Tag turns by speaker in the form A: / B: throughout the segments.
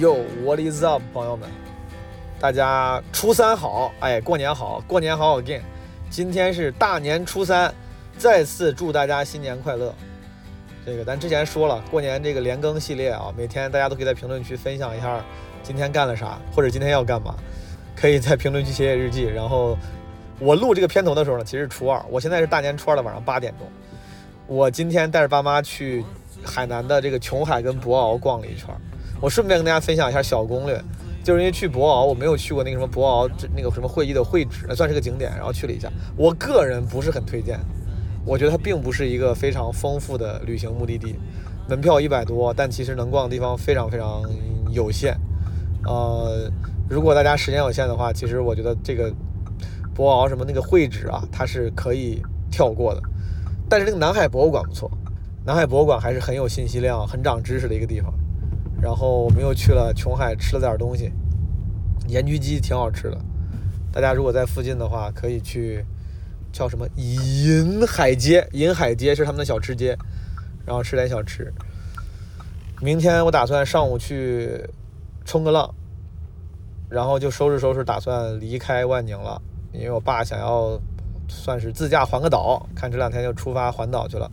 A: Yo, what is up，朋友们？大家初三好，哎，过年好，过年好 again。今天是大年初三，再次祝大家新年快乐。这个咱之前说了，过年这个连更系列啊，每天大家都可以在评论区分享一下今天干了啥，或者今天要干嘛，可以在评论区写写日记。然后我录这个片头的时候呢，其实是初二，我现在是大年初二的晚上八点钟。我今天带着爸妈去海南的这个琼海跟博鳌逛了一圈儿，我顺便跟大家分享一下小攻略，就是因为去博鳌我没有去过那个什么博鳌这那个什么会议的会址，算是个景点，然后去了一下。我个人不是很推荐，我觉得它并不是一个非常丰富的旅行目的地，门票一百多，但其实能逛的地方非常非常有限。呃，如果大家时间有限的话，其实我觉得这个博鳌什么那个会址啊，它是可以跳过的。但是那个南海博物馆不错，南海博物馆还是很有信息量、很长知识的一个地方。然后我们又去了琼海，吃了点东西，盐焗鸡挺好吃的。大家如果在附近的话，可以去叫什么银海街，银海街是他们的小吃街，然后吃点小吃。明天我打算上午去冲个浪，然后就收拾收拾，打算离开万宁了，因为我爸想要算是自驾环个岛，看这两天就出发环岛去了。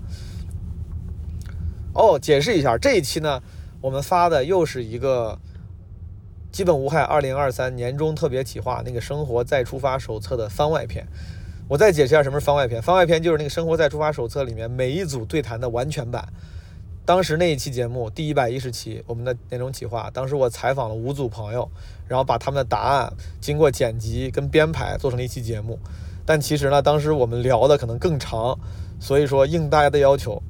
A: 哦，解释一下，这一期呢，我们发的又是一个基本无害二零二三年终特别企划那个《生活再出发手册》的番外篇。我再解释一下什么是番外篇，番外篇就是那个《生活再出发手册》里面每一组对谈的完全版。当时那一期节目第一百一十期，我们的年终企划，当时我采访了五组朋友，然后把他们的答案经过剪辑跟编排做成了一期节目。但其实呢，当时我们聊的可能更长，所以说应大家的要求，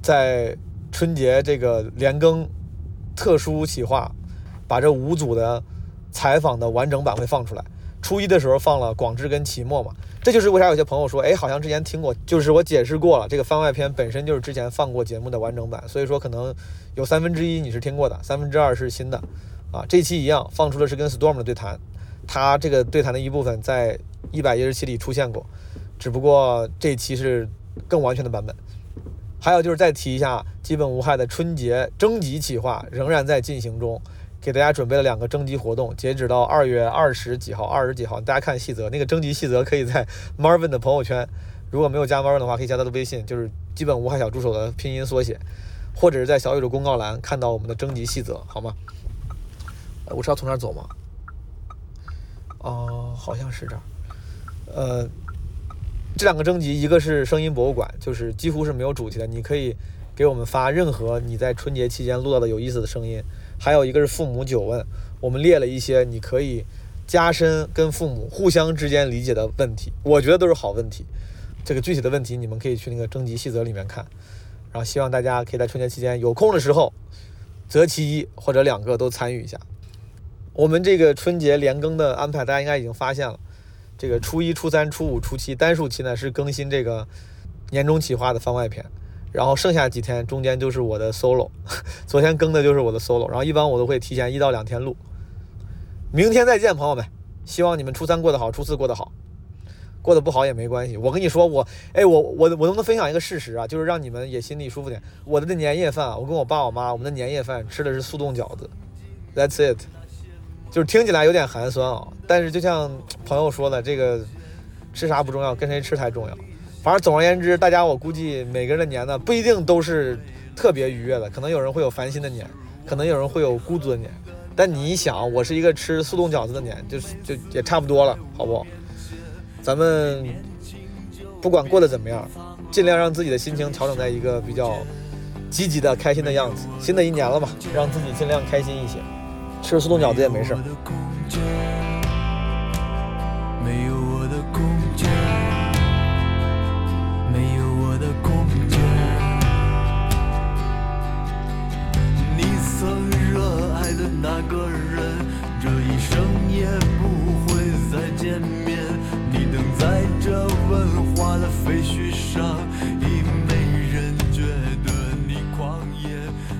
A: 在春节这个连更特殊企划，把这五组的采访的完整版会放出来。初一的时候放了广志跟齐墨嘛，这就是为啥有些朋友说，哎，好像之前听过，就是我解释过了，这个番外篇本身就是之前放过节目的完整版，所以说可能有三分之一你是听过的，三分之二是新的，啊，这期一样放出的是跟 Storm 的对谈，他这个对谈的一部分在一百一十七里出现过，只不过这期是更完全的版本。还有就是再提一下，基本无害的春节征集企划仍然在进行中，给大家准备了两个征集活动，截止到二月二十几号、二十几号，大家看细则，那个征集细则可以在 Marvin 的朋友圈，如果没有加 Marvin 的话，可以加他的微信，就是基本无害小助手的拼音缩写，或者是在小宇宙公告栏看到我们的征集细则，好吗？呃我是要从这儿走吗？哦，好像是这儿。呃，这两个征集，一个是声音博物馆，就是几乎是没有主题的，你可以给我们发任何你在春节期间录到的有意思的声音；还有一个是父母九问，我们列了一些你可以加深跟父母互相之间理解的问题，我觉得都是好问题。这个具体的问题你们可以去那个征集细则里面看。然后希望大家可以在春节期间有空的时候，择其一或者两个都参与一下。我们这个春节连更的安排，大家应该已经发现了。这个初一、初三、初五、初七单数期呢是更新这个年终企划的番外篇，然后剩下几天中间就是我的 solo，昨 天更的就是我的 solo，然后一般我都会提前一到两天录。明天再见，朋友们，希望你们初三过得好，初四过得好，过得不好也没关系。我跟你说，我哎，我我我能不能分享一个事实啊？就是让你们也心里舒服点。我的那年夜饭啊，我跟我爸我妈，我们的年夜饭吃的是速冻饺子，That's it。就是听起来有点寒酸啊、但是就像朋友说的，这个吃啥不重要，跟谁吃才重要。反正总而言之，大家我估计每个人的年呢，不一定都是特别愉悦的，可能有人会有烦心的年，可能有人会有孤独的年。但你一想，我是一个吃速冻饺子的年，就是就也差不多了，好不好？咱们不管过得怎么样，尽量让自己的心情调整在一个比较积极的、开心的样子。新的一年了嘛，让自己尽量开心一些，吃速冻饺子也没事儿。
B: 没有我的空间，没有我的空间，没有我的空间。你曾热爱的那个人，这一生也不会再见面。你等在这文化的废墟上，已没人觉得你狂野。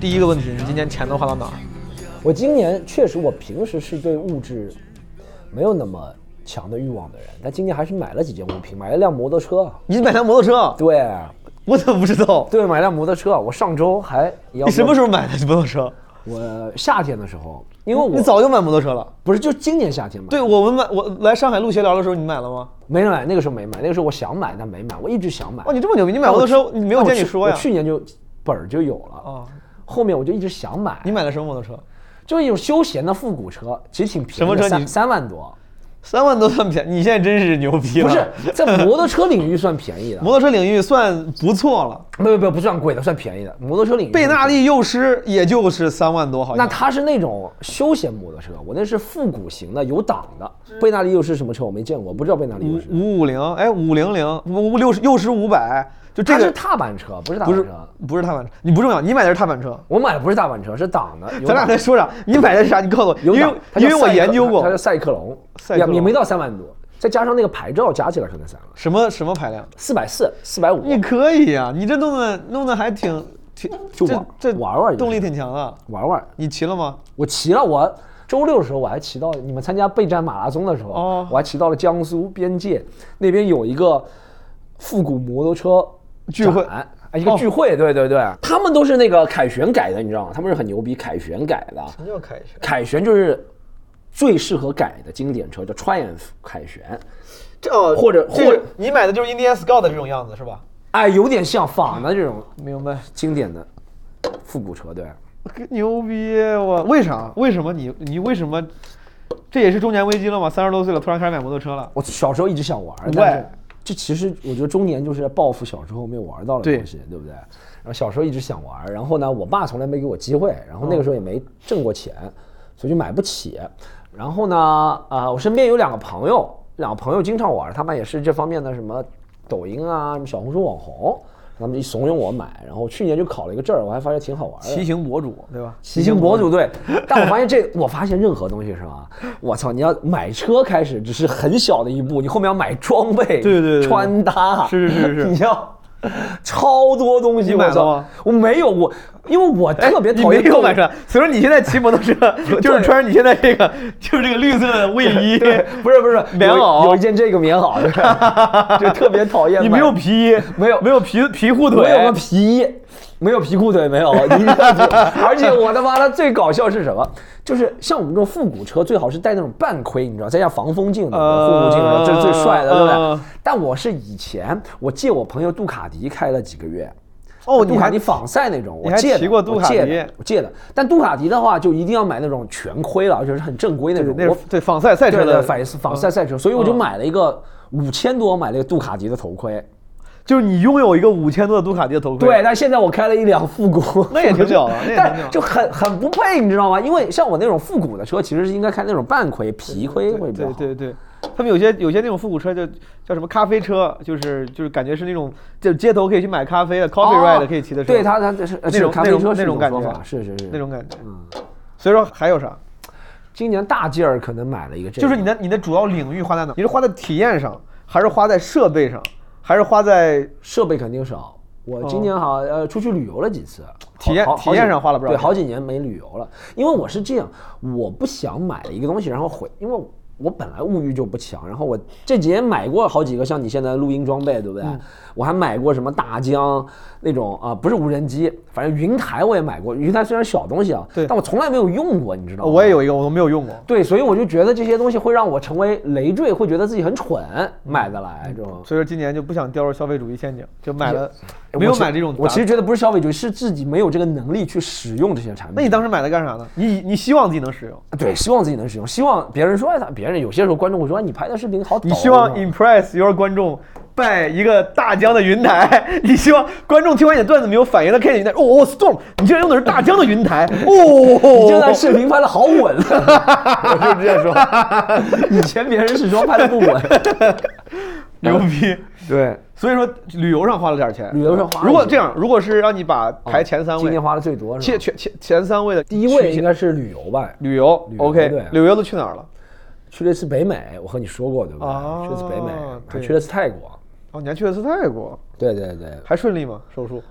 A: 第一个问题，你今年钱都花到哪儿？
C: 我今年确实，我平时是对物质没有那么强的欲望的人，但今年还是买了几件物品，买了辆摩托车。
A: 你买辆摩托车？啊
C: 对，
A: 我怎么不知道？
C: 对，买辆摩托车。我上周还你要
A: 你什么时候买的摩托车？
C: 我夏天的时候，因为
A: 你
C: 我
A: 早就买摩托车了。
C: 不是就今年夏天嘛，
A: 对我们买，我来上海录闲聊的时候，你买了吗？
C: 没买那个时候没买，那个时候我想买但没买，我一直想买。
A: 哦哇，你这么牛逼！你买摩托车，你没有
C: 但我
A: 见你
C: 去
A: 说呀？
C: 我去年就本儿就有了，
A: 哦
C: 后面我就一直想买，
A: 你买的什么摩托车？
C: 就是一种休闲的复古车，其实挺便宜的，
A: 什么车你
C: 三三万多，
A: 三万都算便宜，你现在真是牛逼了。
C: 不 是在摩托车领域算便宜的，
A: 摩托车领域算不错了，
C: 没有没有不算贵的，算便宜的。摩托车领域，
A: 贝纳利幼狮也就是三万多，好
C: 那
A: 像。
C: 它是那种休闲摩托车，我那是复古型的，有档的。
A: 嗯
C: 贝纳利又是什么车？我没见过，不知道贝纳利又是。
A: 五五零，哎，五零零，五五六十，幼狮五百，就这
C: 它是
A: 个
C: 踏板车，不是踏
A: 不
C: 板
A: 是
C: 车。
A: 不是踏板车，你不重要，你买的是踏板车。
C: 我买的不是踏板车，是档的。有
A: 咱俩
C: 档
A: 在说啥？你买的是啥？你告诉我，因
C: 有档
A: 为，
C: 它叫
A: 因为我
C: 赛克
A: 研究
C: 它
A: 过
C: 叫赛克龙，
A: 赛克
C: 也也
A: 龙
C: 没到三万多，再加上那个牌照加起来可能三万，
A: 什么什么排量。
C: 四百四、四百五。
A: 你可以呀、你这弄的弄的还挺挺，
C: 就
A: 这
C: 玩
A: 这
C: 玩玩就
A: 动力
C: 行
A: 挺强啊。
C: 玩玩，
A: 你骑了吗？
C: 我骑了，我周六的时候我还骑到你们参加备战马拉松的时候，
A: 哦
C: 我还骑到了江苏边界那边有一个复古摩托车
A: 聚会哦
C: 展哎，一个聚会，对对对，他们都是那个凯旋改的，你知道吗？他们是很牛逼，凯旋改的，
A: 什么叫凯旋？
C: 凯旋就是最适合改的经典车，叫 Triumph 凯旋，
A: 这哦，
C: 或者
A: 这
C: 或
A: 是你买的就是 Indian Scout 的这种样子是吧？
C: 哎，有点像仿的这种
A: 明白。
C: 经典的复古车，对。
A: 牛逼！啊我为啥？为什么你你为什么？这也是中年危机了吗？三十多岁了，突然开始买摩托车了。
C: 我小时候一直想玩
A: 对，
C: 但是这其实我觉得中年就是报复小时候没有玩到的
A: 对
C: 东西，对不对？然后小时候一直想玩，然后呢，我爸从来没给我机会，然后
A: 嗯
C: 那个时候也没挣过钱，所以就买不起。然后呢，啊、我身边有两个朋友，两个朋友经常玩，他们也是这方面的什么抖音啊、什么小红书网红，他们就怂恿我买，然后去年就考了一个证儿，我还发现挺好玩的。
A: 骑行博主对吧？
C: 骑行博主对，但我发现这，我发现任何东西是吧？我操，你要买车开始只是很小的一步，你后面要买装备，对
A: 对对对
C: 穿搭，
A: 是是是是
C: 你要超多东西。
A: 你买
C: 我操
A: 了吗？
C: 我没有，我因为我特别
A: 哎你
C: 讨
A: 没
C: 厌
A: 有
C: 购
A: 买车，所以说你现在骑摩托 车就是穿着你现在这个就是这个绿色的卫 衣，
C: 不是不是
A: 棉
C: 有一
A: 袄
C: 有一件这个棉袄，对 就特别讨厌买。
A: 你没有皮衣，
C: 没有
A: 没有皮皮裤腿，
C: 我有个皮衣，没有皮裤腿， 没有。 你而且我他妈的最搞笑是什么？就是像我们这种复古车，最好是戴那种半盔，你知道，再加防风镜的
A: 呃
C: 护目镜，这是最帅的，对不
A: 呃
C: 对？但我是以前我借我朋友杜卡迪开了几个月。
A: 哦
C: 杜
A: 你
C: 卡
A: 还
C: 迪仿赛那种，
A: 你
C: 我
A: 还
C: 借的
A: 骑过杜
C: 我
A: 卡
C: 借
A: 迪
C: 的我借的。但杜卡迪的话，就一定要买那种全盔了，而且是很正规那种。
A: 那是
C: 我
A: 对仿赛赛车
C: 对
A: 的嗯
C: 对，反仿赛赛车，所以我就买了一个五千多，买了一个杜卡迪的头盔。
A: 就是你拥有一个五千多的杜卡迪的头盔，
C: 对，，但现在我开了一辆复古，
A: 那也挺屌的那也挺屌
C: 但就很很不配，你知道吗？因为像我那种复古的车，其实是应该开那种半盔、皮盔会比较
A: 对
C: 好。
A: 对对，他们有些有些那种复古车就叫什么咖啡车，就是就是感觉是那种就街头可以去买咖啡的 coffee ride 可以骑的车，
C: 哦对它它是
A: 那种
C: 咖啡
A: 那
C: 车
A: 种
C: 是
A: 那种感
C: 说
A: 觉
C: 法，是是嗯是
A: 那。种感觉。所以说还有啥？
C: 今年大劲儿可能买了一个这个，
A: 就是你的你的主要领域花在哪？你是花在体验上，还是花在设备上，还是花在
C: 设备肯定少。我今年好像呃出去旅游了几次，
A: 哦体验
C: 好好
A: 体验
C: 好几
A: 上花了不少
C: 对，
A: 钱
C: 好几年没旅游了。因为我是这样，我不想买一个东西然后毁，因为我本来物欲就不强，然后我这几年买过好几个像你现在的录音装备，对不对？
A: 嗯
C: 我还买过什么大疆那种啊、不是无人机，反正云台我也买过。云台虽然小东西啊，
A: 对
C: 但我从来没有用过，你知道吗？
A: 我也有一个我都没有用过，
C: 对，所以我就觉得这些东西会让我成为累赘，会觉得自己很蠢，买得来这种。
A: 所以说今年就不想掉入消费主义陷阱，就买了
C: 哎
A: 没有
C: 我其
A: 买这种杂。
C: 我其实觉得不是消费主义，是自己没有这个能力去使用这些产品。
A: 那你当时买它干啥呢？你你希望自己能使用，
C: 对，希望自己能使用，希望别人说哎，他别人有些时候观众会说哎，你拍的视频好抖。啊哦
A: 你希望
C: 是吧
A: impress your 观众。拜一个大疆的云台， 你希望观众听完你的段子没有反应，他看见你的云台，哦哦，storm，你竟然用的是大疆的云台，哦，
C: 你这段视频拍的好 稳，我就这样说。 以前别人是说拍的不稳，
A: 牛逼！
C: 对，
A: 所以说旅游上花了点钱，
C: 旅游上花了
A: 如果
C: 一些
A: 这样，如果是让你把排前三
C: 今
A: 位
C: 年，花的最多是
A: 前
C: 吧？
A: 前前前三位的
C: 第一位应该是旅游吧，
A: 旅游
C: 旅游
A: ，OK，
C: 对
A: 旅游都去哪儿了？
C: 去了一次北美，我和你说过对不对？
A: 哦
C: 去了一次北美，还
A: 对
C: 去了一次泰国。
A: 哦，你还去了次泰国，
C: 对对对，
A: 还顺利吗？手术？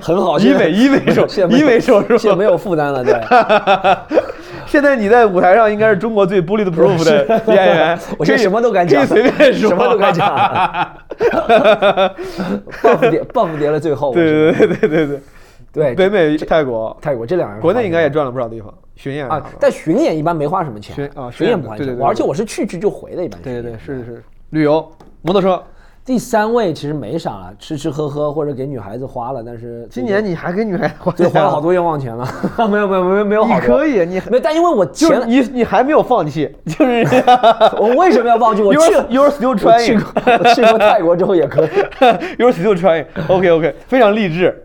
C: 很好。
A: 医美
C: 现在
A: 医美手
C: 现在没有
A: 医美手术
C: 现在没有负担了，对。，
A: 现在你在舞台上应该是中国最 bulletproof 的演员
C: 我现
A: 可
C: 在
A: 以
C: 什么都敢讲，
A: 可以随便说，
C: 什么都敢 讲。buff 叠 buff 叠了最后，
A: 对对对对对对。
C: 对
A: 北美、泰国、
C: 泰国这两个
A: 国内应该也转了不少地方，巡演
C: 啊，但巡演一般没花什么钱，
A: 巡啊巡
C: 巡演
A: 演
C: 不花
A: 对对
C: 钱，
A: 对
C: 我而且我是去去就回的，一般是。
A: 对对对，是是是，旅游、摩托车。
C: 第三位其实没啥了，吃吃喝喝或者给女孩子花了，但是
A: 今年你还给女孩子花
C: 对花了好
A: 多，
C: 多冤枉钱了， 没有没有没有没有好
A: 你
C: 多，
A: 可以，你
C: 没有，但因为我
A: 就
C: 前
A: 是你你还没有放 弃，就是
C: 我为什么要忘记？我
A: you're
C: 去了
A: you're still
C: 我去
A: trying，
C: 过我去过泰国之后也可以。
A: you're still trying，OK OK，非常励志。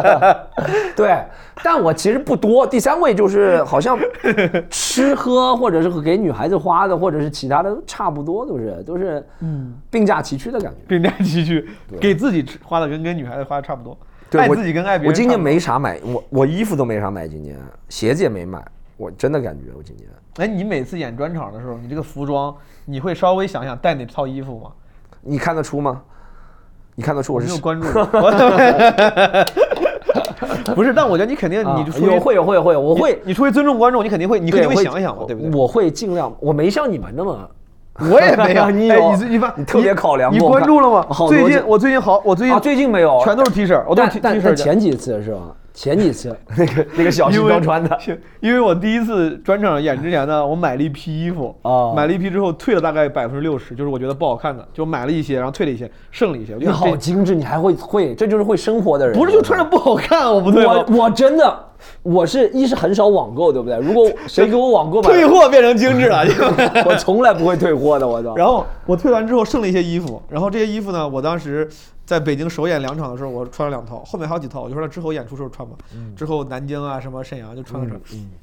C: 对，但我其实不多。第三位就是好像吃喝，或者是给女孩子花的，或者是其他的，差不多都是都是嗯并驾齐驱的感觉。
A: 并驾齐驱，给自己吃花的跟跟女孩子花的差不多，爱
C: 我
A: 自己跟爱别人。
C: 我今年，没啥买，我我衣服都没啥买，今年鞋子也没买，我真的感觉我今年
A: 哎，你每次演专场的时候，你这个服装，你会稍微想想带哪套衣服吗？
C: 你看得出吗？你看得出
A: 我
C: 我
A: 没有
C: 是
A: 关注， 不是，但我觉得你肯定，
C: 啊
A: 你就出于
C: 有会有会有会，我
A: 你
C: 会
A: 你出于尊重观众，你肯定会，你肯
C: 对
A: 定
C: 我
A: 会想一想嘛，对不对？
C: 我会尽量，我没像你们那么。
A: 我也没有，
C: 你
A: 哎
C: 有
A: 你最你发
C: 你特别考量
A: 你
C: 过我
A: 关
C: 看
A: 注了吗
C: 好？多
A: 最
C: 这
A: 近我最近好，我最近
C: 啊，最近没有，
A: 全都是 T 恤，我都是
C: 但
A: T
C: 但
A: T
C: 但
A: 恤的。
C: 前几次是吧？前几次 那个那个小
A: 因
C: 新
A: 为
C: 装穿的，
A: 因为我第一次专场演之前呢，我买了一批衣服，
C: 哦
A: 买了一批之后退了大概百分之六十，就是我觉得不好看的，就买了一些，然后退了一些，剩了一些。我
C: 你
A: 觉得
C: 好
A: 这
C: 精致，你还会会，这就是会生活的人。
A: 不是就穿着不好看，我不对吗？
C: 我我真的我是一是很少网购，对不对？如 果谁给我网购买，
A: 退货变成精致了。就
C: 我从来不会退货的，我 操。
A: 然后我退完之后剩了一些衣服，然后这些衣服呢，我当时在北京首演两场的时候，我穿了两套，后面还有几套，我就说那之后演出时候穿吧。之后南京啊什么沈阳就穿了穿。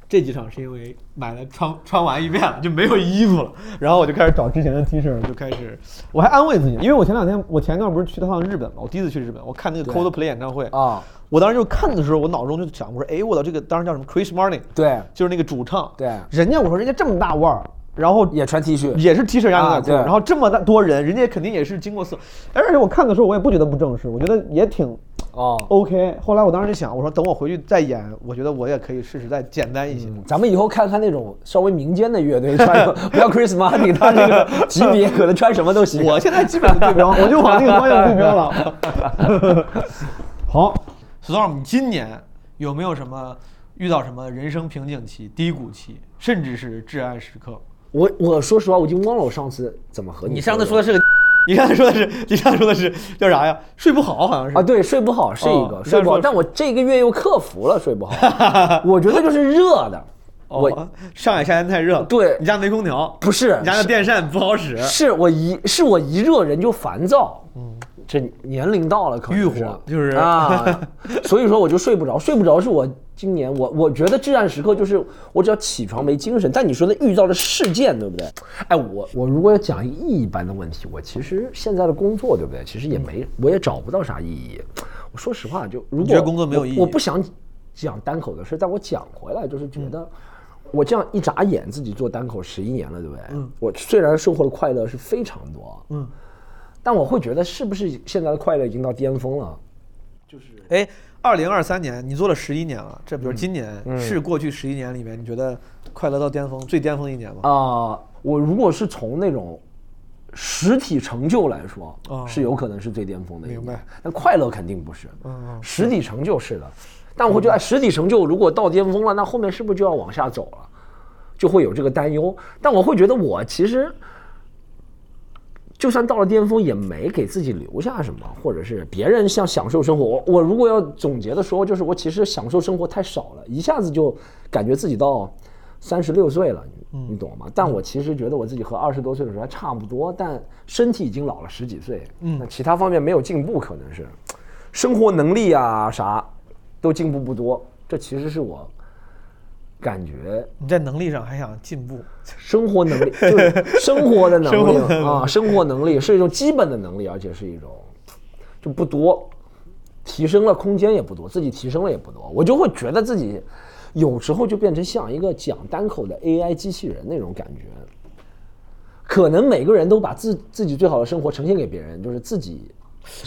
A: 这几场是因为买了穿穿完一遍了就没有衣服了，然后我就开始找之前的 T 恤，就开始我还安慰自己，因为我前两天我前一段不是去趟日本嘛，我第一次去日本，我看那个 Coldplay 演唱会
C: 啊，
A: 我当时就看的时候，我脑中就想，我说哎我的这个当时叫什么 Chris Martin，
C: 对
A: 就是那个主唱，
C: 对
A: 人家我说人家这么大腕儿，然后
C: 也穿 T 恤，
A: 也是 T 恤加牛仔
C: 啊
A: 裤，
C: 对
A: 然后这么大多人，人家肯定也是经过色，而且我看的时候我也不觉得不正式，我觉得也挺
C: 哦。
A: OK。后来我当时就想，我说等我回去再演，我觉得我也可以试试再简单一些。
C: 咱们以后看看那种稍微民间的乐队 穿什么，不要 Chris Martin，他那个级别可能穿什么都行。
A: 我现在基本的对标，我就往那个方向对标了。 好，Storm，你今年有没有什么遇到什么人生瓶颈期、低谷期，甚至是至暗时刻？
C: 我我说实话，我已经忘了我上次怎么和你。
A: 你上次说的是个，你刚才说的是，你上次说的是叫啥呀？睡不好，好像是
C: 啊，对，睡不好是一个、
A: 哦
C: 睡不好，
A: 你刚才说
C: 但我这个月又克服了睡不 好。我觉得就是热的，我
A: 哦，上海夏天太热了，
C: 对
A: 你家没空调，
C: 不是
A: 你家的电扇不好使，
C: 是我一是我一热人就烦躁，这年龄到了可能
A: 嗯欲
C: 是
A: 火就是
C: 啊， 所以说我就睡不着，睡不着是我今年我我觉得至暗时刻就是我只要起床没精神。但你说的遇到的事件对不对？哎，我我如果要讲意义般的问题，我其实现在的工作对不对？其实也没我也找不到啥意义。我说实话，就如
A: 你觉
C: 果
A: 得工作没有意义
C: 我我不想讲单口的事，但我讲回来就是觉
A: 嗯
C: 得，我这样一眨眼自己做单口十一年了，对不对？嗯，我虽然收获的快乐是非常多，嗯，但我会觉得是不是现在的快乐已经到巅峰了？
A: 哎，二零二三年你做了十一年了，
C: 嗯
A: 这比如今年、是过去十一年里面你觉得快乐到巅峰最巅峰的一年吗？
C: 啊、我如果是从那种实体成就来说，
A: 哦
C: 是有可能是最巅峰的一年，
A: 明白嗯
C: 但快乐肯定不是，实体成就是的。但我会觉得，哎实体成就如果到巅峰了，那后面是不是就要往下走了？就会有这个担忧。但我会觉得，我其实就算到了巅峰，也没给自己留下什么，或者是别人像享受生活。我我如果要总结的说，就是我其实享受生活太少了，一下子就感觉自己到三十六岁了，你你懂吗？但我其实觉得我自己和二十多岁的时候还差不多，但身体已经老了十几岁，嗯，那其他方面没有进步，可能是生活能力啊啥都进步不多。这其实是我感觉
A: 你在能力上还想进步，
C: 生 活能力，就是生活的能
A: 生活
C: 力
A: 能力
C: 啊，生活能力是一种基本的能力，而且是一种就不多，提升了空间也不多，自己提升了也不多，我就会觉得自己有时候就变成像一个讲单口的 AI 机器人那种感觉。可能每个人都把自自己最好的生活呈现给别人，就是自己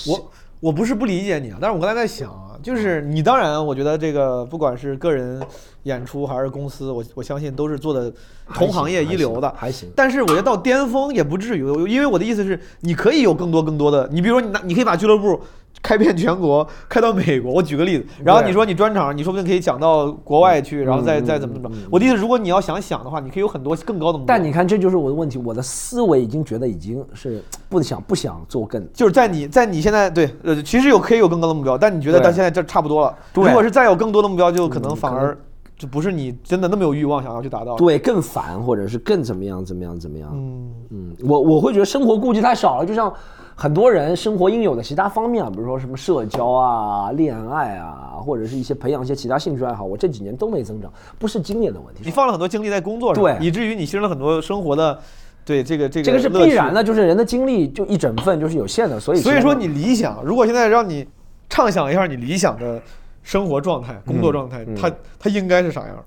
A: 我我不是不理解你啊，但是我刚才在想啊，就是
C: 嗯
A: 你当然，我觉得这个不管是个人演出还是公司，我我相信都是做的同行业一流的，
C: 还行还行
A: 但是我觉得到巅峰也不至于，因为我的意思是，你可以有更多更多的，你比如说你拿，你可以把俱乐部开遍全国，开到美国。我举个例子，然后你说你专场，你说不定可以讲到国外去，然后
C: 嗯
A: 再再怎么怎么着。我的意思，如果你要想想的话，你可以有很多更高的目标。
C: 但你看，这就是我的问题，我的思维已经觉得已经是不想不想做更
A: 就是在你在你现在对呃，其实有可以有更高的目标，但你觉得
C: 对
A: 到现在这差不多了。如
C: 对嗯
A: 果是再有更多的目标，就可能反而就不是你真的那么有欲望想要去达到的。
C: 对更烦，或者是更怎么样怎么样怎么样。嗯嗯，我我会觉得生活顾忌太少了，就像很多人生活应有的其他方面啊，比如说什么社交啊、恋爱啊，或者是一些培养一些其他兴趣爱好，我这几年都没增长，不是经验的问题。
A: 你放了很多精力在工作上，
C: 对
A: 以至于你牺牲了很多生活的，对这个这个
C: 这个是
A: 乐
C: 必
A: 趣
C: 然的，就是人的精力就一整份就是有限的，所以
A: 所以
C: 其实
A: 说你理想，如果现在让你畅想一下你理想的生活状态、工
C: 嗯
A: 作状态，它它应该是啥样？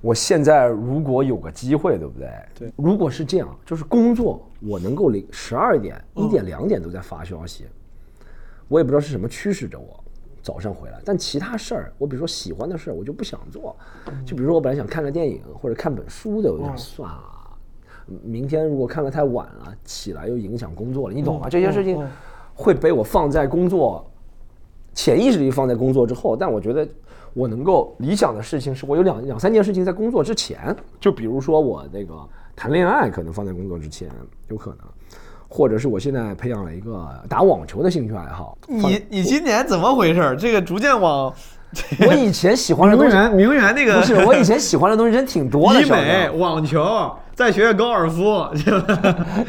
C: 我现在如果有个机会，对不对？对，如果是这样，就是工作，我能够零十二点、一点、两点都在发消息，我也不知道是什么驱使着我早上回来。但其他事儿，我比如说喜欢的事儿，我就不想做。就比如说我本来想看个电影或者看本书的，我就想算了，明天如果看了太晚了，起来又影响工作了，你懂吗？这些事情会被我放在工作潜意识里放在工作之后，但我觉得我能够理想的事情是我有两两三件事情在工作之前，就比如说我那个谈恋爱可能放在工作之前，有可能，或者是我现在培养了一个打网球的兴趣爱 好。
A: 你你今年怎么回事？这个逐渐往
C: 我以前喜欢的东西，
A: 名媛那
C: 不是我以前喜欢的东西真挺多的，
A: 医
C: 小
A: 美、
C: 的
A: 网球，再学学高尔夫，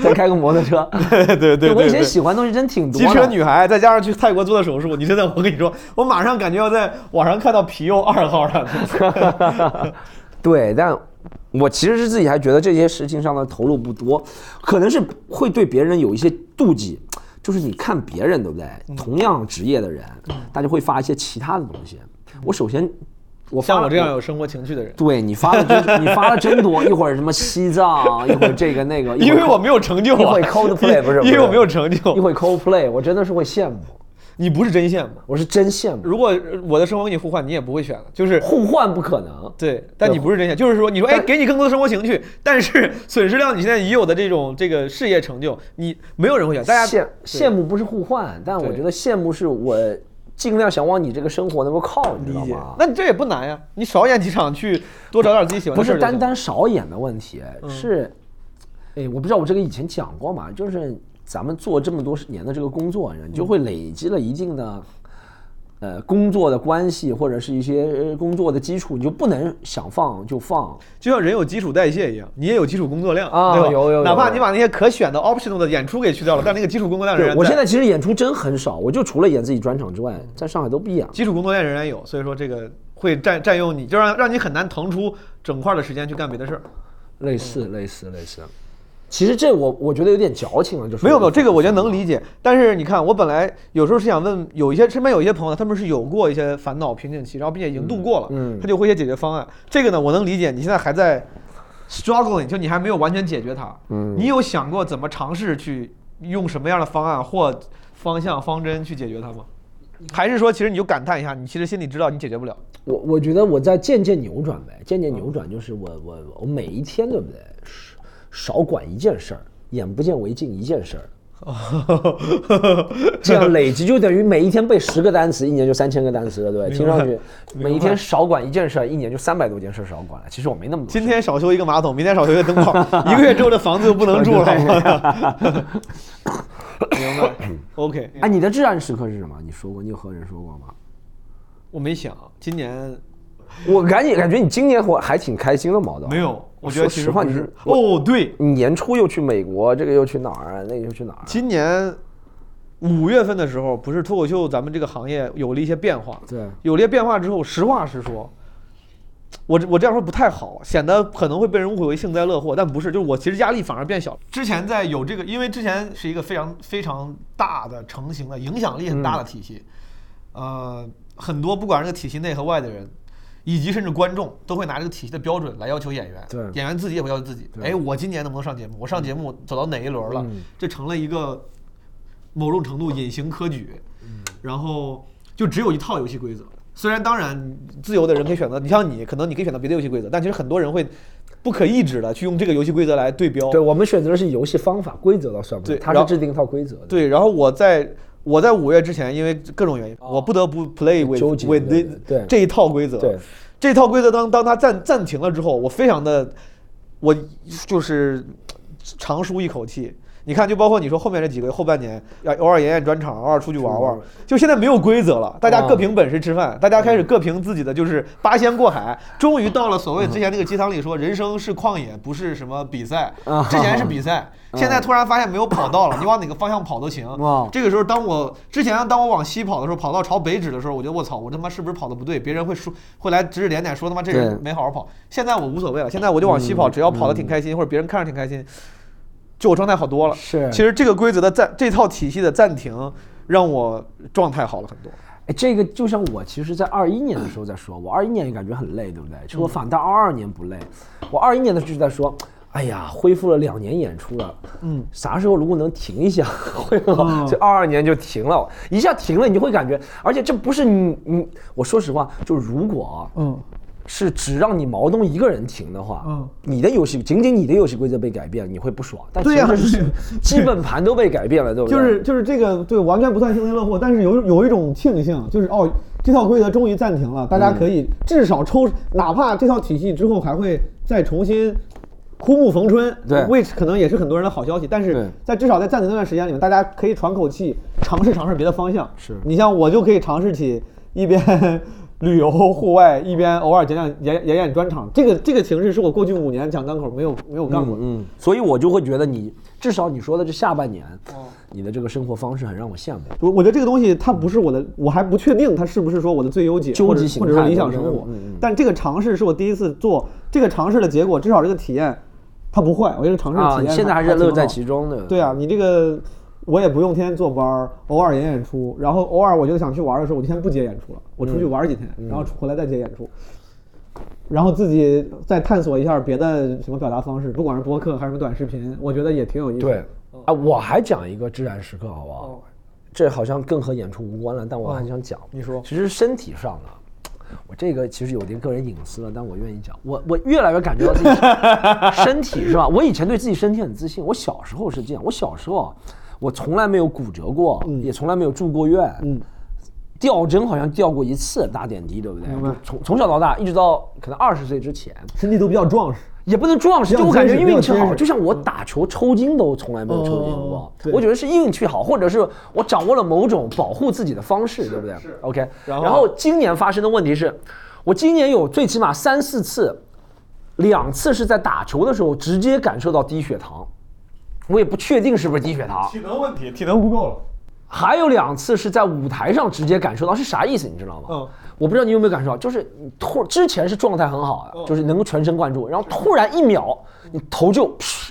C: 再 开个摩托车，
A: 对对对
C: 我以前
A: 对。
C: 喜欢的东西真挺多
A: 机
C: 的。
A: 车女孩，再加上去泰国做的手术，你真的，我跟你说，我马上感觉要在网上看到皮尤二号 了。
C: 对，但我其实是自己还觉得这些事情上的投入不多，可能是会对别人有一些妒忌，就是你看别人对不对？
A: 嗯
C: 同样职业的人，大家会发一些其他的东西。我首先，我发
A: 嗯像我
C: 了
A: 这样有生活情趣的人，
C: 对你发了真，你发了真多，一会儿什么西藏，一会儿这个那 个，一
A: 因
C: 会儿
A: 为我没有成就
C: 一会
A: 啊
C: 儿 Coldplay 不是，
A: 因为
C: 不是
A: 我没有成
C: 一
A: 就。
C: 会儿 Coldplay，我真的是会羡慕，
A: 你不是真羡慕，
C: 我是真羡慕，
A: 如果我的生活跟你互换，你也不会选了，就是
C: 互换不可能。
A: 对，但你不是真想，就是说，你说，哎，给你更多的生活情趣， 但是损失掉你现在已有的这种这个事业成就，你没有人会选。大家
C: 羡羡慕不是互换，但我
A: 对
C: 觉得羡慕是我尽量想往你这个生活能够靠，你知道吗？
A: 那你这也不难呀，你少演几场去，多找点自己喜欢
C: 不
A: 的事儿
C: 是
A: 就行嗯
C: 单单少演的问题，是，哎，我不知道我这个以前讲过嘛，就是咱们做这么多年的这个工作，你
A: 嗯
C: 就会累积了一定的。呃，工作的关系或者是一些呃工作的基础，你就不能想放就放。
A: 就像人有基础代谢一样，你也有基础工作量
C: 啊
A: 对吧？
C: 有有有
A: 哪怕你把那些可选的 optional 的演出给去掉 了，但那个基础工作量仍
C: 对
A: 然
C: 我现
A: 在
C: 在其实演出真很少，我就除了演自己专场之外，在上海都不演了。
A: 基础工作量仍然有，所以说这个会占占用你，就让让你很难腾出整块的时间去干别的事儿。
C: 类似类似类似。其实这我我觉得有点矫情了，就是
A: 没有没有，这个我觉得能理解。但是你看，我本来有时候是想问，有一些身边有一些朋友，他们是有过一些烦恼瓶颈期，然后并且已经度过了，
C: 嗯嗯
A: 他就会一些解决方案。这个呢，我能理解，你现在还在 struggling，就你还没有完全解决它。嗯，你有想过怎么尝试去用什么样的方案或方向方针去解决它吗？还是说，其实你就感叹一下，你其实心里知道你解决不了。
C: 我我觉得我在渐渐扭转呗，渐渐扭转就是我我我每一天对不对，少少管一件事儿，眼不见为净一 件事儿，这样累积就等于每一天背十个单词，一年就三千个单词了，对不对？听上去每一天少管一件事儿，一年就三百多件事儿少管了。其实我没那么多事儿。
A: 今天少修一个马桶，明天少修一个灯泡，一 个月之后这房子就不能住了。 明白？OK，
C: 哎，你的至暗时刻是什么？你说过，你有和人说过吗？
A: 我没想，今年
C: 我感觉感觉你今年活还挺开心的，毛豆。
A: 没有。我觉
C: 说
A: 得其
C: 实
A: 实
C: 话
A: 不
C: 你
A: 是
C: 是
A: 哦，对，
C: 你年初又去美国，这个又去哪儿啊？那个又去哪儿？
A: 今年五月份的时候，不是脱口秀咱们这个行业有了一些变化。
C: 对
A: 有了一些变化之后，实话实说，我这我这样说不太好，显得可能会被人误会为幸灾乐祸，但不是，就是我其实压力反而变小了。之前在有这个，因为之前是一个非常非常大的成型的、影响力很大的体系，呃，很多不管是这个体系内和外的人。以及甚至观众都会拿这个体系的标准来要求演员，
C: 对
A: 演员自己也会要求自己。哎，我今年能不能上节目？我上节目走到哪一轮了？这成了一个某种程度隐形科举，然后就只有一套游戏规则。虽然当然自由的人可以选择，你像你，可能你可以选择别的游戏规则，但其实很多人会不可抑制的去用这个游戏规则来对标。
C: 对，我们选择的是游戏方法，规则倒算不上，
A: 对
C: 他
A: 然
C: 是
A: 后
C: 制定一套规则的。
A: 对，然后我在我在五月之前，因为各种原因，我不得不 play with
C: 哦纠结
A: with
C: 对
A: the-
C: 对
A: 这一套规则。
C: 对，
A: 这套规则当当它暂暂停了之后，我非常的，我就是长舒一口气。你看，就包括你说后面这几个后半年，要偶尔演演专场，偶尔出去玩玩，就现在没有规则了，大家
C: 啊
A: 各凭本事吃饭，大家开始各凭自己的，
C: 嗯
A: 就是八仙过海，终于到了所谓之前那个鸡汤里说，人生是旷野，不是什么比赛
C: 啊，嗯
A: 之前是比赛，现在突然发现没有跑道了，你往哪个方向跑都行
C: 哇。
A: 这个时候，当我之前当我往西跑的时候，跑道朝北指的时候，我觉得我操，我他妈是不是跑的不对？别人会说，会来指指点点，说他妈这人
C: 对
A: 没好好跑。现在我无所谓了，现在我就往西跑，只要跑得挺开心，或者别人看着挺开心，就我状态好多了。
C: 是
A: 其实这个规则的暂这套体系的暂停，让我状态好了很多。
C: 哎，这个就像我其实，在二一年的时候在说，我二一年也感觉很累，对不对？其实
A: 嗯
C: 我反倒二二年不累，我二一年的时候就在说，哎呀，恢复了两年演出了，嗯，啥时候如果能停一下 会很
A: 嗯
C: 好。所以二二年就停了，一下停了，你就会感觉，而且这不是你你，我说实话，就如果嗯。是只让你毛东一个人停的话，嗯，你的游戏仅仅你的游戏规则被改变，你会不爽。但
A: 对呀
C: 其实是
A: 对
C: 基本盘都被改变了，对不对？
A: 就是这个对，完全不算幸灾乐祸，但是有有一种庆幸，就是哦，这套规则终于暂停了，大
C: 嗯
A: 家可以至少抽，哪怕这套体系之后还会再重新枯木逢春，
C: 对
A: ，which 可能也是很多人的好消息，但
C: 对
A: 是在至少在暂停那段时间里面，大家可以喘口气，尝试尝试别的方向。
C: 是
A: 你像我就可以尝试起一边 旅游户外，一边偶尔讲讲演演演专场，这个这个形式是我过去五年讲单口没有没有干过的。
C: 嗯，所以我就会觉得你至少你说的这下半年，你的这个生活方式很让我羡慕。
A: 我我觉得这个东西它不是我的，我还不确定它是不是说我的最优解，
C: 究
A: 或者
C: 极形
A: 或者说
C: 态
A: 理
C: 的
A: 想
C: 那
A: 生
C: 个
A: 活
C: 嗯嗯。
A: 但这个尝试是我第一次做，这个尝试的结果，至少这个体验它不坏。我觉得尝试的
C: 啊，
A: 体
C: 你
A: 验
C: 现在还是
A: 挺
C: 乐在
A: 好
C: 其中的。
A: 对啊，你这个我也不用天天坐班儿，偶尔演演出，然后偶尔我觉得想去玩儿的时候，我就先不接演出了，我
C: 嗯
A: 出去玩儿几天，然后回来再接演出。然后自己再探索一下别的什么表达方式，不管是播客还是什么短视频，我觉得也挺有意思。嗯哦
C: 对，啊，我还讲一个自然时刻，好不好？这好像更和演出无关了，但我还想讲。
A: 你说
C: 其实身体上呢，我这个其实有点个人隐私了，但我愿意讲。我我越来越感觉到自己身 体是吧？我以前对自己身体很自信，我小时候是这样，我小时候啊，我从来没有骨折过，
A: 嗯
C: 也从来没有住过院，嗯。吊针好像吊过一次打点滴，对不对？就从从小到大，一直到可能二十岁之前，
A: 身体都比较壮实。
C: 也不能壮实，
A: 比
C: 就
A: 较
C: 我感觉
A: 结实
C: 运
A: 比
C: 气
A: 较结
C: 好，
A: 实
C: 就像我打球抽筋都从来没有抽筋
A: 嗯哦
C: 过
A: 对，
C: 我觉得是运气好，或者是我掌握了某种保护自己的方式，对不对？OK，然后今年发生的问题是，我今年有最起码三四次，两次是在打球的时候直接感受到低血糖，我也不确定是不是低血糖，
A: 能问题，体能不够了。
C: 还有两次是在舞台上直接感受到是啥意思，你知道吗？
A: 嗯
C: 我不知道你有没有感受到，就是你突之前是状态很好的，就是能够全神贯注，然后突然一秒你头就。噗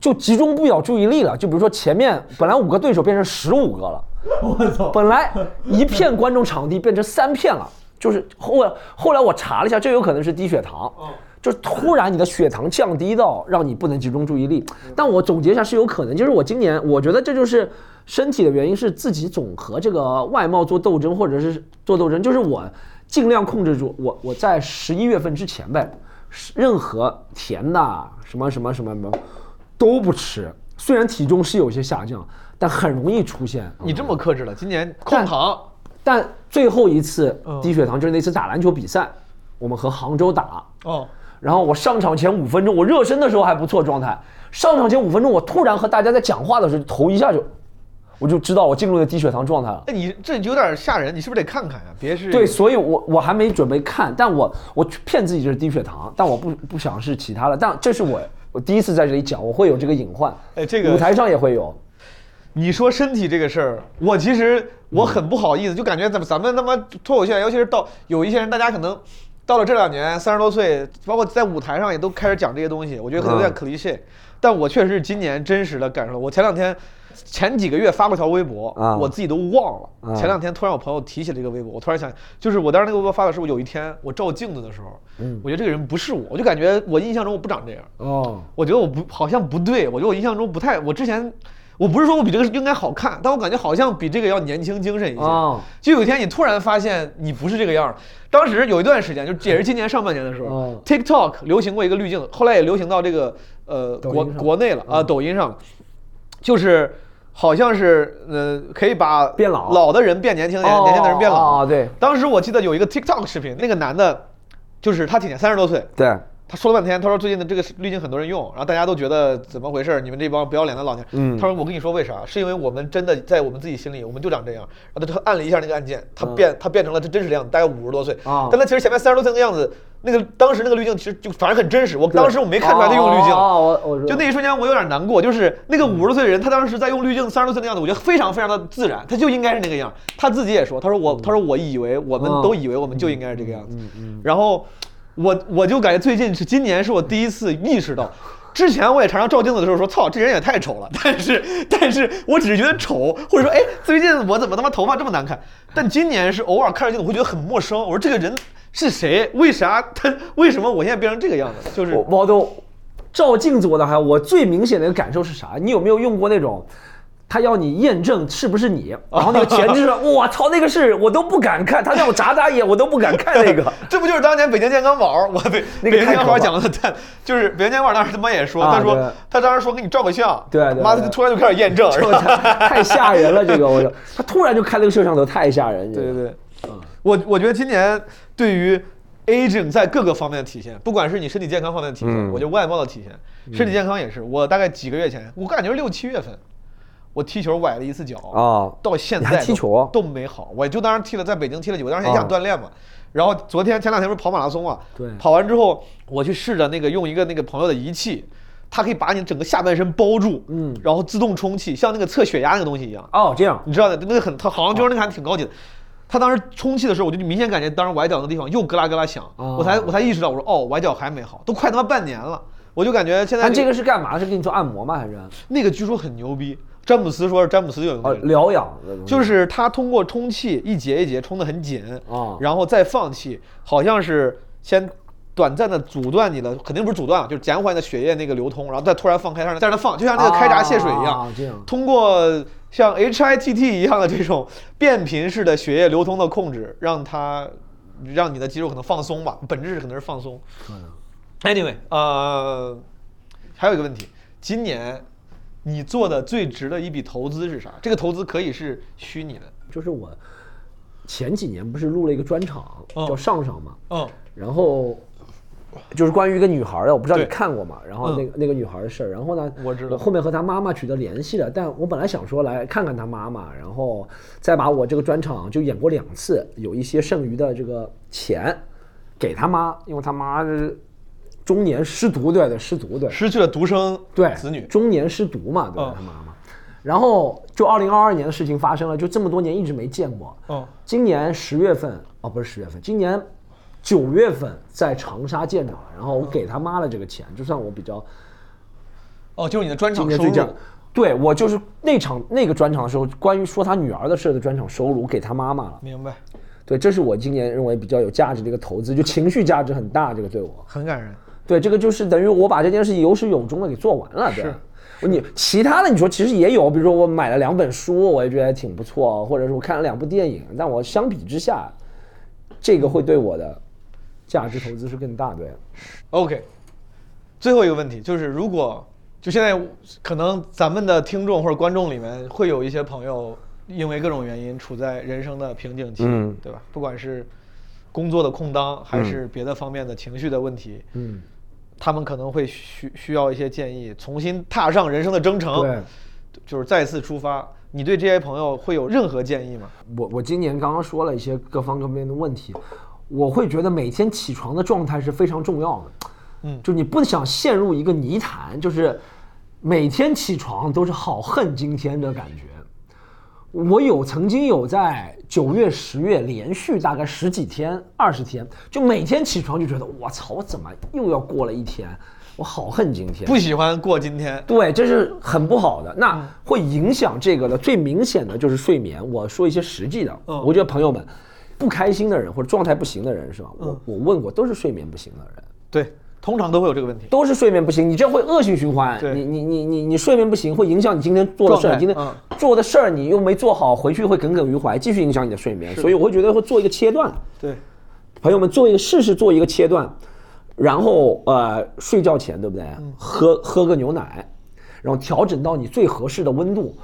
C: 就集中不了注意力了，就比如说前面本来五个对手变成十五个了，
A: 我操！
C: 本来一片观众场地变成三片了，就是后来后来我查了一下，这有可能是低血糖，就是突然你的血糖降低到让你不能集中注意力。但我总结一下是有可能，就是我今年我觉得这就是身体的原因，是自己总和这个外貌做斗争，或者是做斗争，就是我尽量控制住我我在十一月份之前呗，是任何甜的什么什么什么什么都不吃。虽然体重是有些下降，但很容易出现。
A: 你这么克制了，今年控糖
C: 但最后一次
A: 嗯
C: 低血糖就是那次打篮球比赛，我们和杭州打，
A: 哦，
C: 然后我上场前五分钟，我热身的时候还不错状态，上场前五分钟我突然和大家在讲话的时候，头一下就，我就知道我进入了低血糖状态了。
A: 哎，你这有点吓人，你是不是得看看呀？别是
C: 对，所以我我还没准备看，但我我骗自己这是低血糖，但我不不想是其他的，但这是我我第一次在这里讲，我会有这个隐患，
A: 哎这个
C: 舞台上也会有，
A: 你说身体这个事儿，我其实我很不好意思，就感觉咱们咱们他妈脱口秀演员，尤其是到有一些人，大家可能到了这两年三十多岁，包括在舞台上也都开始讲这些东西，我觉
C: 嗯
A: 得可能有点 cliche，、但我确实是今年真实的感受到。我前两天前几个月发过条微博，
C: 啊
A: 我自己都忘了。
C: 啊
A: 前两天突然我朋友提起了一个微博，我突然想，就是我当时那个微博发的时候，有一天我照镜子的时候，
C: 嗯
A: 我觉得这个人不是我，我就感觉我印象中我不长这样。
C: 哦，
A: 我觉得我不好像不对，我觉得我印象中不太，我之前我不是说我比这个应该好看，但我感觉好像比这个要年轻精神一些。
C: 哦
A: 就有一天你突然发现你不是这个样儿，当时有一段时间，就也是今年上半年的时候、
C: 哦
A: t i k t o k 流行过一个滤镜，后来也流行到这个呃
C: 抖音
A: 国
C: 上嗯
A: 国内了啊、抖音上了，就是好像是呃可以把
C: 变老
A: 老的人变年轻的人，年轻的人变
C: 哦哦
A: 老。
C: 哦对
A: 当时我记得有一个 TikTok 视频，那个男的，就是他挺年三十多岁，
C: 对，
A: 他说了半天，他说最近的这个滤镜很多人用，然后大家都觉得怎么回事？你们这帮不要脸的老年人。
C: 嗯
A: 他说我跟你说为啥？是因为我们真的在我们自己心里，我们就长这样。然后他按了一下那个按键，他变、他变成了这真实的样子，大概五十多岁。
C: 嗯啊
A: 但他其实前面三十多岁那个样子，那个当时那个滤镜其实就反正很真实。我当时我没看出来他用滤镜。
C: 哦哦哦我我嗯知道
A: 就那一瞬间，我有点难过，就是那个五十岁的人，他当时在用滤镜三十多岁的样子，我觉得非常非常的自然，他就应该是那个样。他自己也说，他说我，他说我以为我们
C: 嗯
A: 都以为我们就应该是这个样子。然后我我就感觉最近是今年是我第一次意识到。之前我也常常照镜子的时候说，操，这人也太丑了。 但是，但是我只是觉得丑，或者说，哎，最近我怎么他妈头发这么难看？但今年是偶尔看着镜子，我会觉得很陌生。我说这个人是谁？为啥他？为什么我现在变成这个样子？就是
C: 我我都照镜子，我倒还我最明显的一个感受是啥？你有没有用过那种？他要你验证是不是你，然后那个前置是，我操，那个是我都不敢看，他让我眨眨眼，我都不敢看那个。
A: 这不就是当年北京健康宝儿？我北
C: 那个
A: 北京
C: 太
A: 健康
C: 可
A: 宝儿
C: 怕
A: 讲的太，就是北京健康宝儿当时他妈也说，
C: 啊
A: 他
C: 对
A: 说他当时说给你照个相，
C: 对对
A: 妈
C: 对
A: 他突然就开始验证，是
C: 我
A: 吧？
C: 操太吓人了，这个我就他突然就开了个摄像头，太吓人。
A: 对对对，我我觉得今年对于 aging 在各个方面的体现，不管是你身体健康方面的体现，
C: 嗯
A: 我觉得外貌的体现，身体健康也是。我大概几个月前，我感觉六七月份，我踢球崴了一次脚
C: 啊
A: 到现
C: 你
A: 在
C: 还踢
A: 都
C: 球啊
A: 都没好，我就当时踢了，在北京踢了几个，当时也想锻炼嘛。然后昨天前两天不是跑马拉松嘛，
C: 对
A: 跑完之后我去试着那个用一个那个朋友的仪器。它可以把你整个下半身包住，嗯，然后自动充气，像那个测血压那个东西一样，
C: 哦，这样
A: 你知道的，那个很，他好像就是那个还挺高级的。他当时充气的时候，我就明显感觉当时崴脚那个地方又咯啦咯啦响，
C: 哦
A: 我才我才意识到，我说哦，崴脚还没好，都快他妈半年了，我就感觉现在
C: 那这
A: 个
C: 个是干嘛？是给你做按摩吗？还是
A: 那个据说很牛逼，詹姆斯说是詹姆斯就有那
C: 哦
A: 个人，
C: 疗养的东西？
A: 就是他通过充气一节一节充得很紧，
C: 哦
A: 然后再放气，好像是先。短暂的阻断你的，肯定不是阻断啊，就是减缓你的血液那个流通，然后再突然放开，让它在那放，就像那个开闸泄水一样，
C: 啊这样
A: 通过像 HITT 一样的这种 变频式的血液流通的控制，让它让你的肌肉可能放松吧，本质可能是放松。Anyway，呃，还有一个问题，今年你做的最值的一笔投资是啥？这个投资可以是虚拟的，
C: 就是我前几年不是录了一个专场
A: 嗯
C: 叫上上嘛，
A: 嗯，
C: 然后就是关于一个女孩儿的，我不知道你
A: 对嗯
C: 看过吗？然后那个、那个女孩儿的事儿，然后呢，
A: 我知道
C: 后面和她妈妈取得联系了，但我本来想说来看看她妈妈，然后再把我这个专场就演过两次，有一些剩余的这个钱给她妈，因为她妈是中年失独，对对，失独对，
A: 失去了独生
C: 对
A: 子女，
C: 中年失独嘛，对吧？
A: 嗯
C: 他妈妈。然后就二零二二年的事情发生了，就这么多年一直没见过。
A: 嗯
C: 今年十月份哦，不是十月份，今年九月份在长沙见着了。然后我给他妈了这个钱，就算我比较
A: 哦，就是你的专
C: 今
A: 嗯场
C: 年
A: 收
C: 最近
A: 入，，
C: 对我就是那场那个专场的时候，关于说他女儿的事儿的专场收入我给他妈妈了。
A: 明白，
C: 对，这是我今年认为比较有价值的一个投资，就情绪价值很大，这个对我。
A: 很感人。
C: 对，这个就是等于我把这件事情有始有终的给做完了。对，你其他的你说其实也有，比如说我买了两本书，我也觉得还挺不错，或者是我看了两部电影，但我相比之下，这个会对我的价值投资是更大。对，
A: OK，最后一个问题就是，如果就现在可能咱们的听众或者观众里面会有一些朋友，因为各种原因处在人生的瓶颈期，
C: 嗯
A: 对吧？不管是工作的空当，还是别的方面的情绪的问题，
C: 嗯，
A: 他们可能会需需要一些建议，重新踏上人生的征程，
C: 对，
A: 就是再次出发。你对这些朋友会有任何建议吗？
C: 我我今年刚刚说了一些各方各面的问题，我会觉得每天起床的状态是非常重要的。
A: 嗯
C: 就你不想陷入一个泥潭，就是每天起床都是好恨今天的感觉。我有曾经有在九月、十月连续大概十几天、二十天，就每天起床就觉得我操，我怎么又要过了一天？我好恨今天。
A: 不喜欢过今天，
C: 对，这是很不好的。
A: 嗯
C: 那会影响这个的最明显的就是睡眠。我说一些实际的，
A: 嗯
C: 我觉得朋友们，不开心的人或者状态不行的人是吧？
A: 嗯
C: 我我问过，都是睡眠不行的人，
A: 对，通常都会有这个问题。
C: 都是睡眠不行。你这会恶性循环。
A: 对
C: 你你你你你睡眠不行，会影响你今天做的事
A: 状
C: 儿。
A: 态
C: 今天
A: 嗯
C: 做的事儿你又没做好，回去会耿耿于怀，继续影响你的睡眠。所以我会觉得会做一个切断。
A: 对，
C: 朋友们做一个试试做一个切断，然后呃睡觉前对不对？喝喝个牛奶，然后调整到你最合适的温度。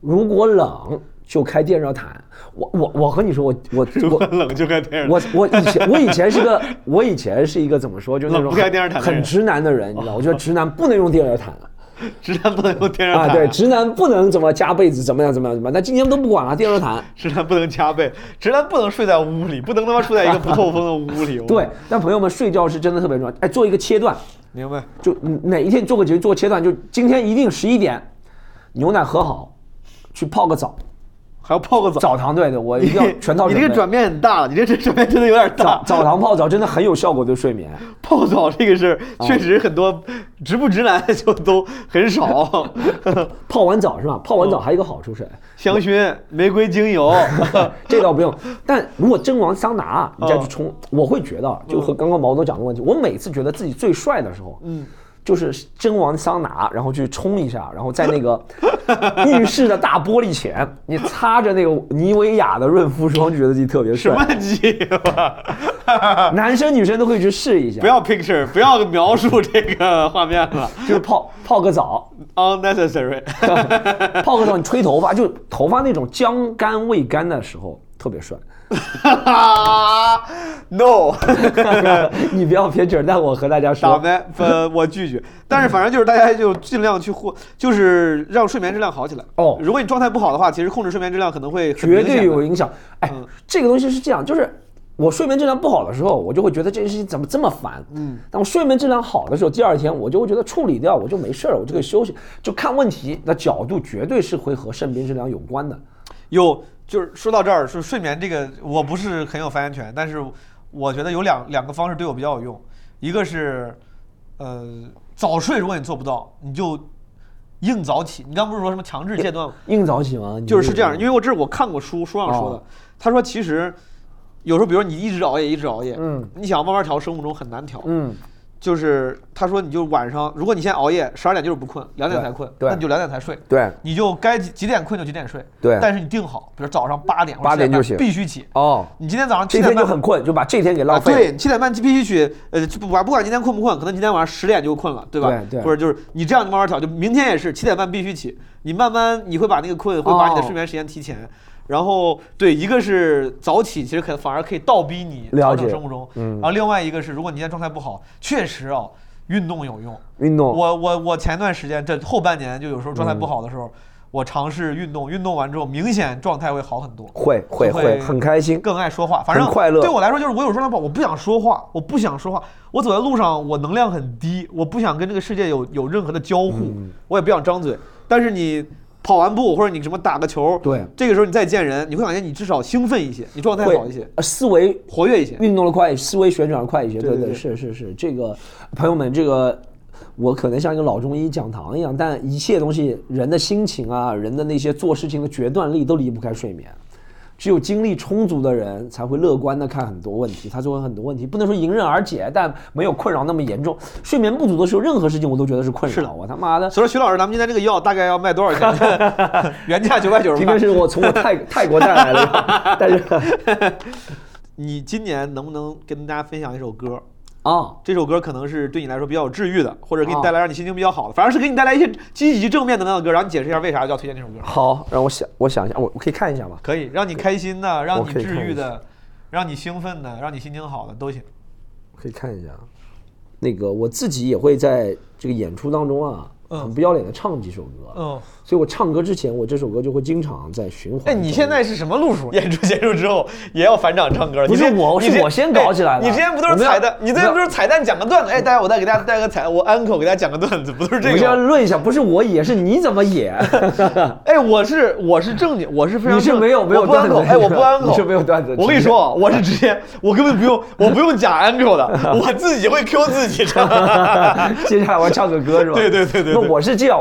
C: 如果冷就开电热毯。我我我和你说，我我
A: 如果
C: 我
A: 冷就开电视，
C: 我我以前我以前是个我以前是一个怎么说就那
A: 冷
C: 种
A: 不开电热毯的
C: 很
A: 人
C: 直男的人，你知道，我觉得直男不能用电热毯。
A: 直男不能用电视
C: 啊，
A: 毯，
C: 对，直男不能怎么加被子，怎么样怎么样怎么样，那今天都不管了，电热毯。
A: 直男不能加被，直男不能睡在屋里，不能他妈睡在一个不透风的屋里。我
C: 对，，但朋友们睡觉是真的特别重要，哎，做一个切断，
A: 明白。
C: 就嗯哪一天做个节做个切断，就今天一定十一点，牛奶喝好，去泡个澡，
A: 还要泡个澡，
C: 澡堂对的，我一定要全套
A: 你
C: 准
A: 这
C: 备。
A: 个转变很大了，你这这转变真的有点大
C: 澡。澡堂泡澡真的很有效果对睡眠，
A: 泡澡这个事儿，
C: 啊
A: 确实很多直不直男就都很少。
C: 泡完澡是吧？泡
A: 嗯
C: 完澡还有一个好处是，
A: 香薰、玫瑰精油，
C: 这倒不用。但如果真往桑拿，啊你
A: 嗯
C: 再去冲，我会觉得，就和刚刚毛总讲的问题，我每次觉得自己最帅的时候，嗯，就是真往桑拿，然后去冲一下，然后在那个浴室的大玻璃前，你擦着那个妮维雅的润肤霜，就觉得自己特别
A: 什么
C: 帅。
A: 鸡巴？
C: 男生女生都会去试一下，
A: 不要 picture，不要描述这个画面了
C: 就是泡泡 个澡，
A: ，unnecessary。
C: 泡个澡你吹头发，就头发那种将干未干的时候特 别帅。
A: no，
C: 你不要撇嘴，但我和大家
A: 打
C: 说，
A: 麦，呃，我拒绝。但是反正就是大家就尽量去获，就是让睡眠质量好起来。
C: 哦
A: 如果你状态不好的话，其实控制睡眠质量可能会很明
C: 绝
A: 显的嗯
C: 对有影响。哎，这个东西是这样，就是我睡眠质量不好的时候，我就会觉得这件事情怎么这么烦。嗯，但我睡眠质量好的时候，第二天我就会觉得处理掉，我就没事儿，我就可以休息。就看问题的角度，绝对是会和睡眠质量有关的。
A: 有，就是说到这儿，说睡眠这个，我不是很有发言权，但是我觉得有两两个方式对我比较有用，一个是，呃，早睡，如果你做不到，你就硬早起。你刚不是说什么强制戒断吗？
C: 硬早起吗？你
A: 就是是这样，因为我这是我看过书书上说的
C: 哦，
A: 他说其实有时候，比如你一直熬夜，一直熬夜，
C: 嗯，
A: 你想要慢慢调，生物钟很难调，
C: 嗯，
A: 就是他说你就晚上，如果你现在熬夜，十二点就是不困，两点
C: 对
A: 才困，
C: 对
A: 那你就两点才睡，
C: 对
A: 你就该几几点困就几点睡，
C: 对
A: 但是你定好，比如早上八点或者
C: 8点就
A: 7:30
C: 醒
A: 必须起，
C: 哦，
A: 你今天早上七
C: 这
A: 点
C: 天就
A: 半。
C: 很困，就把这天给浪
A: 啊，
C: 费了。
A: 对，你七点半必须去，呃，就不管不管今天困不困，可能今天晚上十点就困了，对吧？
C: 对对
A: 或者就是你这样慢慢调，就明天也是七点半必须起，你慢慢你会把那个困，会把你的
C: 哦
A: 睡眠时间提前。然后对，一个是早起，其实可反而可以倒逼你调
C: 了解
A: 整生物钟。嗯。然后另外一个是，如果你今天状态不好，确实啊，运动有用。
C: 运动
A: 我我我前段时间这后半年就有时候状态
C: 嗯
A: 不好的时候，我尝试运动，运动完之后明显状态会好很多。
C: 会会
A: 就
C: 会很开心。
A: 更爱说话。反正
C: 很快乐
A: 对我来说，就是我有时候不，我不想说话，我不想说话。我走在路上，我能量很低，我不想跟这个世界有有任何的交互，
C: 嗯
A: 我也不想张嘴。但是你跑完步或者你什么打个球，
C: 对
A: 这个时候你再见人，你会感觉你至少兴奋一些，你状态
C: 会
A: 好一些，
C: 呃思维
A: 活跃一些。
C: 运动的快，思维旋转的快一些。
A: 对
C: 对
A: 对对
C: 是是是，这个朋友们，这个我可能像一个老中医讲堂一样，但一切东西，人的心情啊，人的那些做事情的决断力都离不开睡眠。只有精力充足的人才会乐观的看很多问题，他做很多问题不能说迎刃而解，但没有困扰那么严重。睡眠不足的时候，任何事情我都觉得是困
A: 是
C: 扰。
A: 的
C: 我他妈的，
A: 所以说，徐老师，咱们今天这个药大概要卖多少钱？ 原价九百九十
C: 今
A: 八
C: 天。是我从 我泰泰国带来的，但是
A: 你今年能不能跟大家分享一首歌？
C: 啊，
A: 这首歌可能是对你来说比较有治愈的，或者给你
C: 哦
A: 带来让你心情比较好的，反而是给你带来一些积极正面能量的歌。然后你解释一下为啥要推荐这首歌，
C: 好，让我想，我想一下，我我可以看一下吗？
A: 可以让你开心的，让
C: 我
A: 你
C: 可以
A: 治
C: 看
A: 愈
C: 一下
A: 的，让你兴奋的，让你心情好的都行。
C: 可以看一下。那个我自己也会在这个演出当中啊，很不要脸的唱几首歌。
A: 嗯，
C: 所以我唱歌之前，我这首歌就会经常在循
A: 哎，
C: 环。
A: 你现在是什么路数？ 演出结束之后也要返场唱歌？
C: 不
A: 你
C: 是
A: 这
C: 我
A: 你
C: 是
A: 这
C: 我先搞起来
A: 哎你
C: 的
A: 之前不都
C: 我
A: 是
C: 们要
A: 彩蛋？你之
C: 我
A: 前
C: 们
A: 不是彩蛋讲个段子？哎，大家我再给大家带个彩，我 uncle 给大家讲个段子，不都是
C: 我
A: 这
C: 们要
A: 个吗？
C: 论一下，不是我野，是你怎么野？
A: 哎，我是我是正经，我是非常
C: 你是
A: 正
C: 没有没有
A: 我不
C: 段子
A: uncle，哎，我不 uncle，
C: 你是没有段子
A: 我跟你说，我是直接，我根本不用，我不用假 uncle 的，我自己会 Q 自己唱。
C: 接下来我要唱个歌是吧？
A: 对对对对对
C: 那我是这样，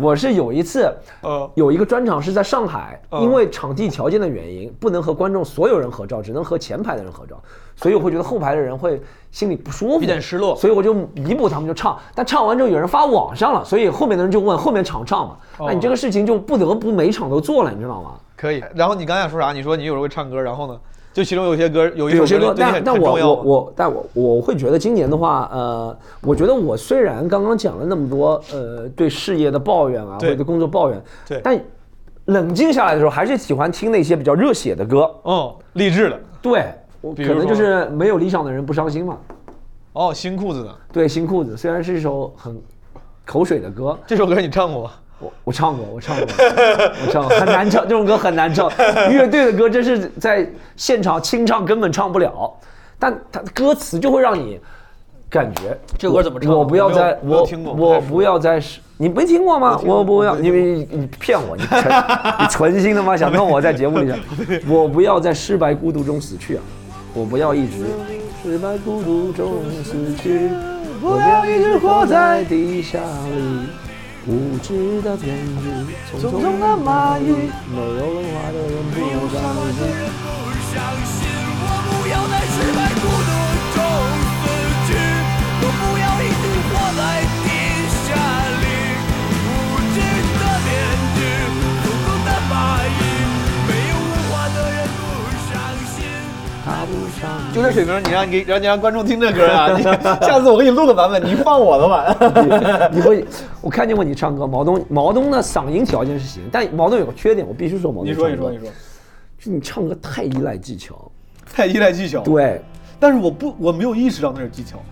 C: 我是有一次，
A: 嗯
C: 有一个专场是在上海，因为场地条件的原因，不能和观众所有人合照，只能和前排的人合照，所以我会觉得后排的人会心里不舒服，
A: 有点失落
C: 所以我就弥补他们就唱，但唱完之后有人发网上了，所以后面的人就问后面场唱嘛，
A: 哦
C: 那你这个事情就不得不每场都做了，你知道吗？
A: 可以。然后你刚才想说啥？你说你有时候会唱歌，然后呢？就其中有些歌，有一
C: 有
A: 首
C: 些
A: 歌对
C: 歌，
A: 你
C: 但
A: 很
C: 但
A: 很
C: 我
A: 重要啊
C: 我
A: 吗。
C: 我，但我我会觉得今年的话，呃，我觉得我虽然刚刚讲了那么多，呃，对事业的抱怨啊，或
A: 对
C: 者对工作抱怨，
A: 对
C: 但冷静下来的时候，还是喜欢听那些比较热血的歌。
A: 哦，励志的，
C: 对，我
A: 比
C: 可
A: 如
C: 能就
A: 说
C: 是没有理想的人不伤心嘛。
A: 哦，新裤子呢？
C: 对，新裤子虽然是一首很口水的歌，
A: 这首歌你唱过吗？
C: 我我唱过，我唱过， 我唱过，很难唱，这种歌很难唱。乐队的歌真是在现场清唱根本唱不了，但它歌词就会让你感觉
A: 这歌怎么唱
C: 我我不要
A: 我没有
C: 再
A: 没有
C: 我
A: 听过不太熟
C: 我不要再是你没听过吗？我不要你你你骗我，你 存你存心他妈想弄我在节目里讲，我不要在失败孤独中死去啊！我不要一直失败孤独中死去，我不要一直活在地下里。无知的编剧，匆匆的蚂蚁，没有文化的人不有上帝。
A: 就这水平，你让你让你让观众听这歌啊！你
D: 下次我给你录个版本，你放我的吧。
C: 你会，我看见过你唱歌。毛东，毛东的嗓音条件是行，但毛东有个缺点，我必须说毛东。
A: 你说你说你说，，
C: 就你唱歌太依赖技巧。
A: 太依赖技巧。，
C: 对，
A: 但是我不我没有意识到那是技巧，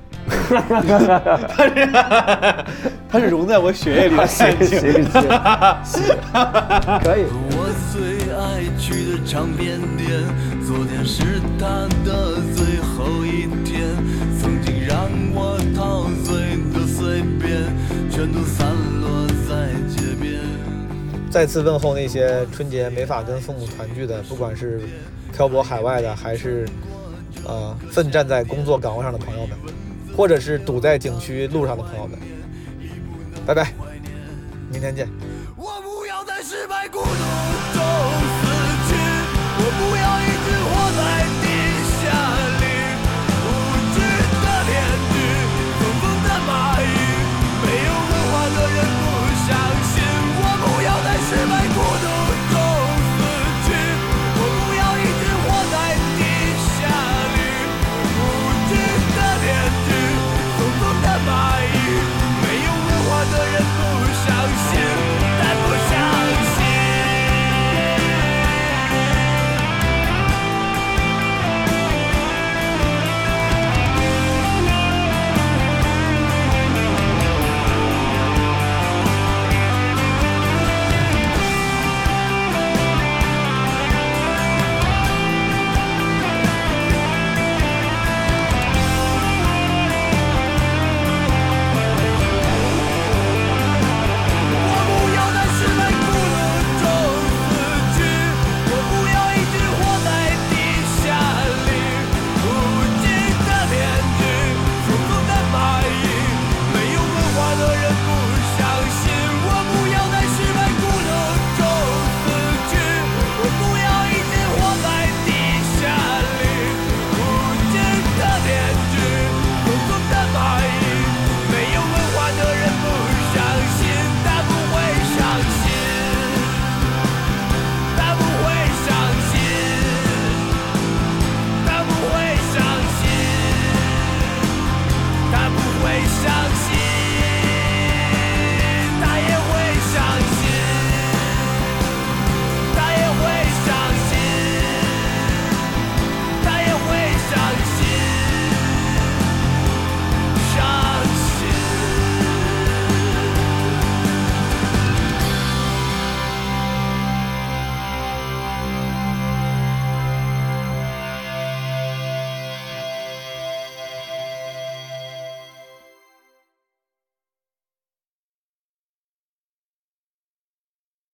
A: 它是它是融在我血液里 的陷
C: 行
A: 阱。
C: 行行，可以。
B: 我最爱去的唱片店，昨天是他的最后一天。曾经让我陶醉的碎片，全都散落在街边。
D: 再次问候那些春节没法跟父母团聚的，不管是漂泊海外的，还是呃奋战在工作岗位上的朋友们，或者是堵在景区路上的朋友们，拜拜，明天见。
B: 我不要在失败孤独中死去，我不要一。